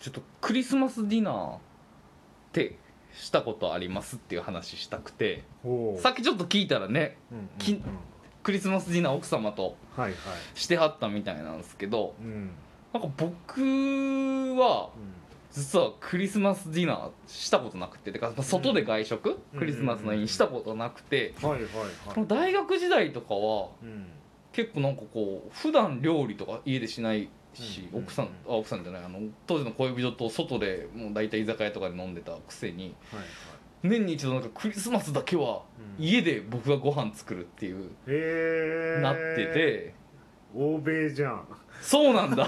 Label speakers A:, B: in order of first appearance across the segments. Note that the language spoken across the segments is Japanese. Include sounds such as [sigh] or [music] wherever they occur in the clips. A: ちょっとクリスマスディナーってしたことありますっていう話したくて
B: ほう
A: さっきちょっと聞いたらね
B: うんうんうん
A: きクリスマスディナー奥様と
B: はいはい
A: してはったみたいなんですけど
B: うんうん
A: なんか僕は実はクリスマスディナーしたことなくててかまあ外で外食、
B: うん
A: クリスマスの日にしたことなくて、
B: はいはいはい
A: 大学時代とかは
B: うん
A: 結構なんかこう普段料理とか家でしないし、
B: うん
A: 奥さんあ奥さんじゃないあの当時の恋人と外でもう大体居酒屋とかで飲んでたくせに
B: はいはい
A: 年に一度なんかクリスマスだけは
B: うん
A: 家で僕がご飯作るっていう、
B: へえ
A: なってて
B: 欧米じゃん [laughs]
A: そうなんだ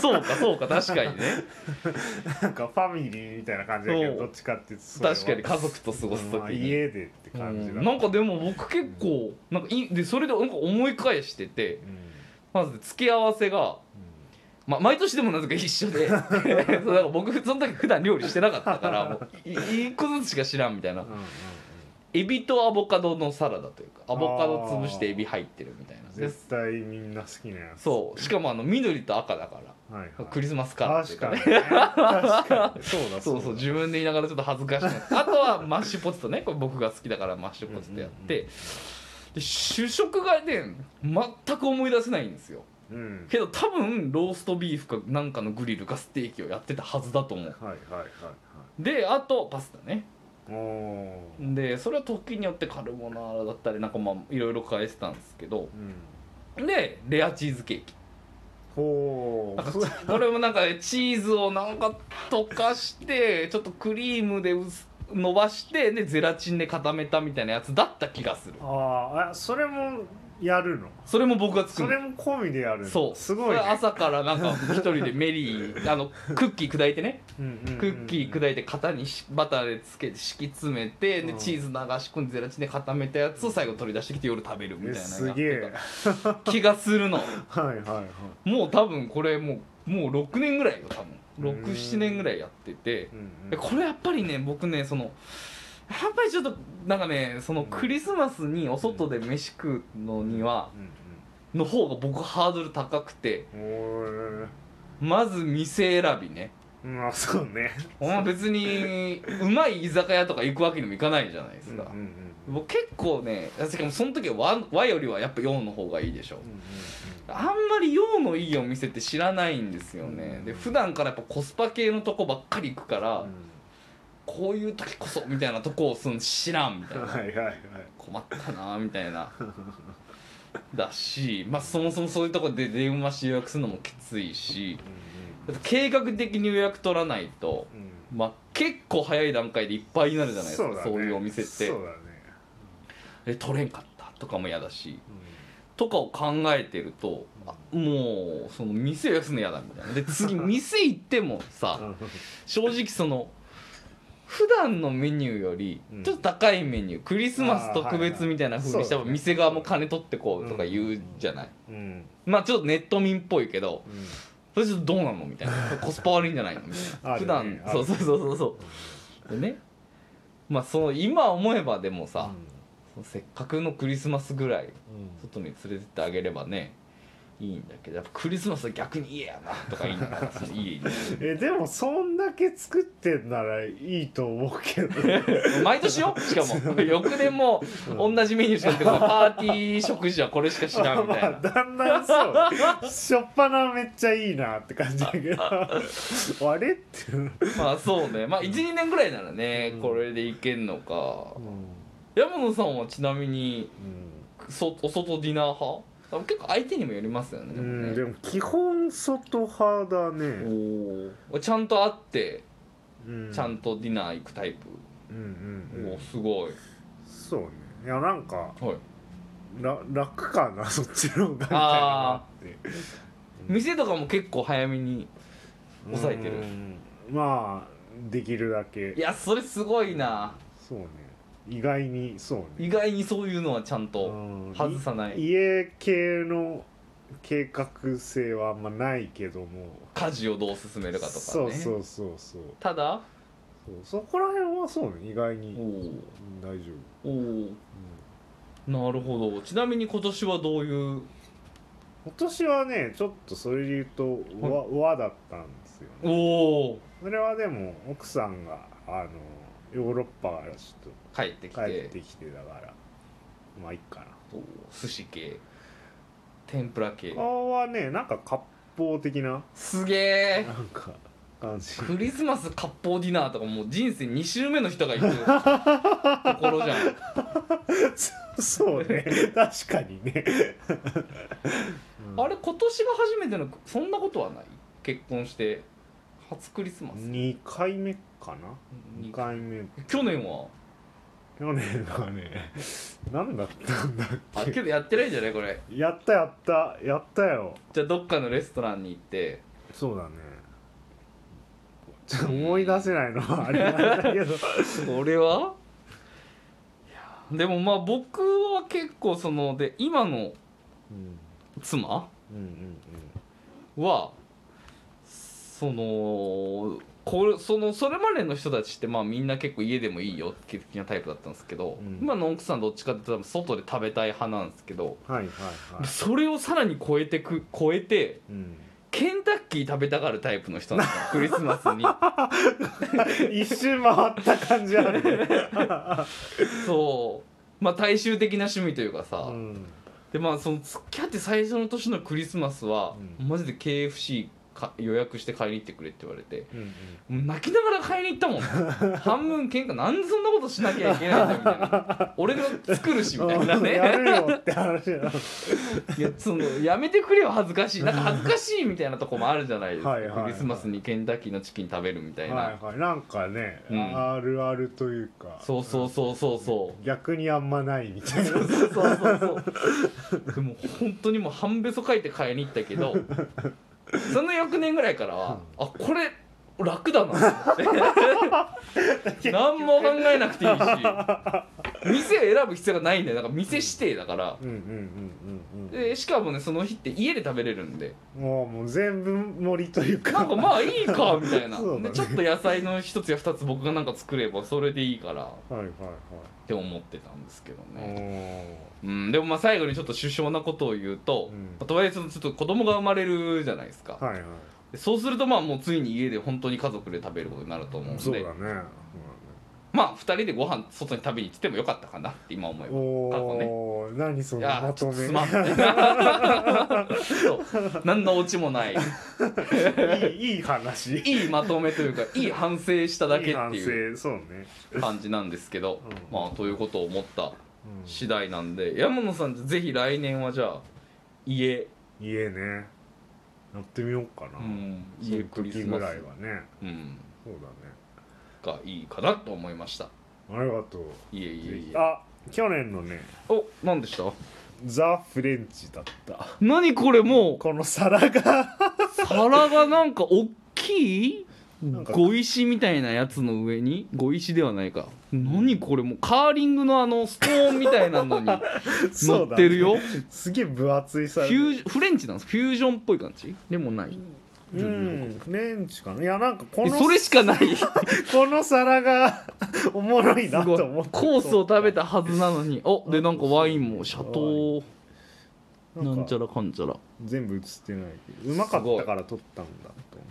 A: そうかそうか確かにね
B: なんかファミリーみたいな感じだけ
A: そう
B: どどっちかっていうとそれは
A: 確かに家族と過ごす時
B: まあ
A: に、
B: 家でって感じだ
A: うんなんかでも僕結構なんかいでそれでなんか思い返してて
B: うんうん
A: まず付け合わせが、ま、毎年でもなぜか一緒で [laughs] そうだから僕その時普段料理してなかったからもうい一個ずつしか知らんみたいな
B: うんうんうん
A: エビとアボカドのサラダというかアボカド潰してエビ入ってるみたいなで
B: 絶対みんな好きなやつ
A: そうしかもあの緑と赤だから
B: はいはい
A: クリスマスカラーとい
B: 確
A: うか
B: か
A: ね
B: にね確かにそうだ
A: [laughs] そうそう自分で言いながらちょっと恥ずかしいあとはマッシュポテトねこれ僕が好きだからマッシュポテトやって、
B: うんうん
A: で主食がね全く思い出せないんですよ
B: うん
A: けど多分ローストビーフかなんかのグリルかステーキをやってたはずだと思う
B: はいはいはいは
A: であとパスタね
B: いおー
A: でそれは時によってカルボナーラだったりなんかまあいろいろ変えてたんですけど
B: うん
A: でレアチーズケーキ
B: ほ
A: なんか
B: う
A: これもなんかねチーズをなんか溶かしてちょっとクリームで薄伸ばしてでゼラチンで固めたみたいなやつだった気がする
B: あーあそれもやるの
A: それも僕が作
B: そ
A: る
B: れも込みでやるの
A: そう
B: すごい、
A: それ
B: ね、
A: 朝からなんか一人でメリーあのクッキー砕いてね
B: うんうんうんうん
A: クッキー砕いて型にしバターでつけて敷き詰めてで
B: うん
A: チーズ流し込んでゼラチンで固めたやつを最後取り出してきて夜食べるみたい
B: え
A: なや
B: すげえ
A: ってた気がするの
B: はいはいはい
A: もう多分これもうもう6年ぐらいよ多分
B: うん
A: 67年ぐらいやってて
B: うんうん
A: でこれやっぱりね僕ねそのやっぱりちょっとなんかねそのクリスマスにお外で飯食うのにはの方が僕ハードル高くて
B: うんうんおー
A: まず店選びね
B: まあそうね
A: お前別にうまい居酒屋とか行くわけにもいかないじゃないですか
B: うん、うんうん
A: 僕結構ねしかもその時は和和よりはやっぱ洋の方がいいでしょ
B: う
A: あんまり洋のいいお店って知らないんですよね、
B: うん
A: で普段からやっぱコスパ系のとこばっかり行くから、
B: んうん
A: こういう時こそみたいなとこをその知らんみたい
B: うん
A: な
B: はいはいはい
A: 困ったなみたいなだしまあそもそもそういうとこで電話して予約するのもきついしだって計画的に予約取らないと、
B: うんうん
A: まあ、結構早い段階でいっぱいになるじゃないですかそう,、
B: だね
A: いうお店って
B: そうだね
A: で取れんかったとかも嫌だしとかを考えてるとあもうその店を休むの嫌だみたいなで次店行っても
B: [laughs] う
A: さ
B: ん
A: 正直その普段のメニューより
B: うん
A: ちょっと高いメニュー、クリスマス特別みたいな風にしたら
B: あーはいはい
A: 店側も金取ってこうとか言うじゃない、
B: うん
A: まあちょっとネット民っぽいけど
B: うん
A: それちょっとどうなのみ
B: [laughs]
A: たいなコスパ悪いんじゃないのみたいな
B: あ
A: 普
B: るね
A: 段
B: ある
A: そうそうそうそうそうでねまあその今思えばでもさ、せっかくのクリスマスぐらい
B: うん
A: 外に連れてってあげればねいいんだけどやっぱクリスマスは逆に家やなとか言いながらその家に
B: えでもそんだけ作ってんならいいと思うけど
A: 毎年よしか
B: [laughs]
A: も翌年も同じメニューしかなくてパーティー食事はこれしか知らんみたい
B: ま
A: な
B: あだんだんそうしょっぱなめっちゃいいなって感じだけどあれ [laughs] って、うん
A: まあそうねまあ12年ぐらいならね
B: うん
A: これでいけんのか山野さんはちなみにそお外ディナー派多分結構相手にもよりますよね
B: う
A: でも
B: ん、
A: ね
B: でも基本外派だ
A: お
B: ね、
A: ーちゃんと会って
B: う
A: ちゃんとディナー行くタイプ、
B: うんうん、う
A: お
B: ん
A: ー、すごい、
B: そうねいやなんか
A: はい、
B: ら楽かなそっちの方がみたいなのがあって
A: 店とかも結構早めに
B: うん
A: 抑えてる
B: まあできるだけ
A: いやそれすごいな
B: そうね意外にそうね
A: 意外にそういうのはちゃんと
B: うん
A: 外さない
B: 家系の計画性はあんまないけども
A: 家事をどう進めるかとかね
B: そうそうそうそう
A: ただ
B: そうそこら辺はそうね意外
A: お
B: に
A: ー
B: うん大丈夫、
A: おーなるほどちなみに今年はどういう
B: 今年はねちょっとそれで言うと和和だったんですよね
A: おお
B: それはでも奥さんがあのヨーロッパからちょっ
A: 帰ってき
B: と帰
A: て
B: ってきてだからまあいいかな
A: お寿司系天ぷら系
B: あはねなんか割烹的な
A: すげえ
B: なんか感じ
A: クリスマス割烹ディナーとかもう人生2周目の人が [laughs] 行くところじゃん
B: [laughs] そうね確かにねうん
A: あれ今年が初めてのそんなことはない結婚して初クリスマス
B: 2回目かな
A: に
B: 2回目
A: 去年は
B: 去年はね [laughs] 何だったんだ
A: あ [laughs]
B: っ
A: け
B: け
A: どやってないんじゃないこれ
B: やったやったやったよ
A: じゃあどっかのレストランに行って
B: そうだねちょっと思い出せないの [laughs] はあれなんだけど
A: 俺はいやでもまあ僕は結構そので今の
B: うん
A: 妻
B: うんうん
A: はそのこれそのそれまでの人たちってまあみんな結構家でもいいよ的なタイプだったんですけど、
B: うん
A: 今の奥さんどっちかっていうと多分外で食べたい派なんですけど
B: うんはいはいはい
A: それをさらに超えてく超えて
B: うん、
A: ケンタッキー食べたがるタイプの人なのクリスマス
B: [laughs]
A: に
B: 一周回った感じあるね、 [laughs]
A: そうまあ大衆的な趣味というかさ、
B: うん、
A: でまあその付き合って最初の年のクリスマスは、
B: う
A: マジで KFC か予約して買いに行ってくれって言われて
B: うんうん
A: もう泣きながら買いに行ったもん
B: [laughs]
A: 半分喧嘩なんでそんなことしなきゃいけないんだみたいな俺が作るしみた
B: [laughs]
A: いな
B: うん [laughs] や
A: ね
B: るよって話だ
A: いやそのやめてくれよ恥ずかしいなんか恥ずかしいみたいなとこもあるじゃないですか
B: はいはいはい
A: クリスマスにケンタッキーのチキン食べるみたいな、
B: はいはいなんかね、
A: うん
B: あるあるというか
A: そうそうそうそうそう
B: 逆にあんまないみたいな
A: そうそうそうそうでも本当にもう半べそ書いて買いに行ったけどその翌年ぐらいからは、あこれ楽だなって
B: [laughs]
A: 何も考えなくていいし店を選ぶ必要がないんだよだから店指定だから
B: うんうんうんうん
A: でしかもねその日って家で食べれるんで
B: うんもうもう全部盛りというか
A: なんかまあいいかみたいな、
B: そうだね
A: でちょっと野菜の一つや二つ僕がなんか作ればそれでいいからっ
B: はいはい
A: て思ってたんですけど
B: はい
A: ね、
B: お
A: うん、でもまあ最後にちょっと首相なことを言うと、
B: うん
A: まあとはいえそのちょっと子供が生まれるじゃないですか、
B: ーはいはい
A: でそうするとまあもうついに家で本当に家族で食べることになると思うん
B: そうだ
A: で
B: ねそうだね
A: まあ2人でご飯外に食べに行ってもよかったかなって今思えば過去ね
B: おー何そ
A: い
B: の
A: や
B: ま
A: ーち
B: と
A: ょっ
B: め
A: とすまんそう何のオチも
B: [laughs]
A: ない
B: [laughs] いいいい話い
A: いいまとめというかいい反省しただけ
B: い
A: っ
B: 反
A: ていう
B: 省そうね
A: 感じなんですけど
B: うん
A: まあということを思った
B: うん
A: 次第なんで山野さんぜひ来年はじゃあ家、
B: 家ねやってみようかな
A: うん、
B: そ
A: 家
B: の
A: クリ
B: 時
A: ス
B: ぐ
A: マ
B: ら
A: ス
B: いはね
A: うん、
B: そうだね
A: がいいかなと思いました
B: ありがとう
A: いえいえいえ
B: あ去年のね
A: お何でした
B: ザ・フレンチだった
A: 何これも
B: この皿が
A: う皿がなんか大きい
B: なんか
A: 碁石みたいなやつの上に碁石ではないか何これもうカーリングのあのストーンみたいな
B: [laughs]
A: のに乗ってるよ、
B: すげえ分厚い
A: フ
B: 皿
A: ュージョンフレンチなんですフュージョンっぽい感じでもない
B: うんフレンチかないやなんかこ
A: え
B: の
A: それし
B: [laughs]
A: かないす
B: この皿が [laughs] おもろいな
A: ご
B: と
A: い
B: 思って
A: コースを食べたはずなのにおでなんかワインもシャトー
B: な
A: なんんち
B: か
A: ゃらかんちゃら
B: 全部映ってないけどうまかったから撮ったんだと思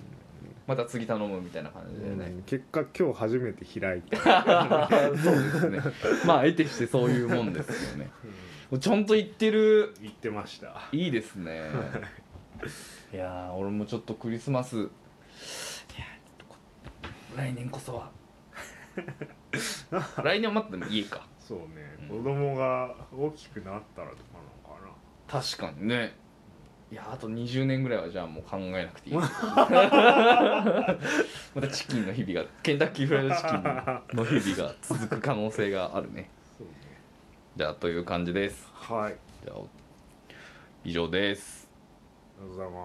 A: また次頼むみたいな感
B: うよね、うん結果今日初めて
A: [laughs]
B: 開いた
A: そうですね [laughs] まあ得てしてそういうもんですよねちゃんと言ってる
B: 言ってました
A: いいですねいやー俺もちょっとクリスマスいやこ来年こそ [laughs] は来年は待ってでも家か
B: そうね
A: う
B: 子
A: ん
B: 供が大きくなったらとかなのかな
A: 確かにねいやあと20年ぐらいはじゃあもう考えなくて [laughs] いいまたチキンの日々がケンタッキーフライドチキンの日々が続く可能性があるね
B: そうね
A: じゃあという感じです
B: はいあり
A: じゃあ以上です
B: がとうございます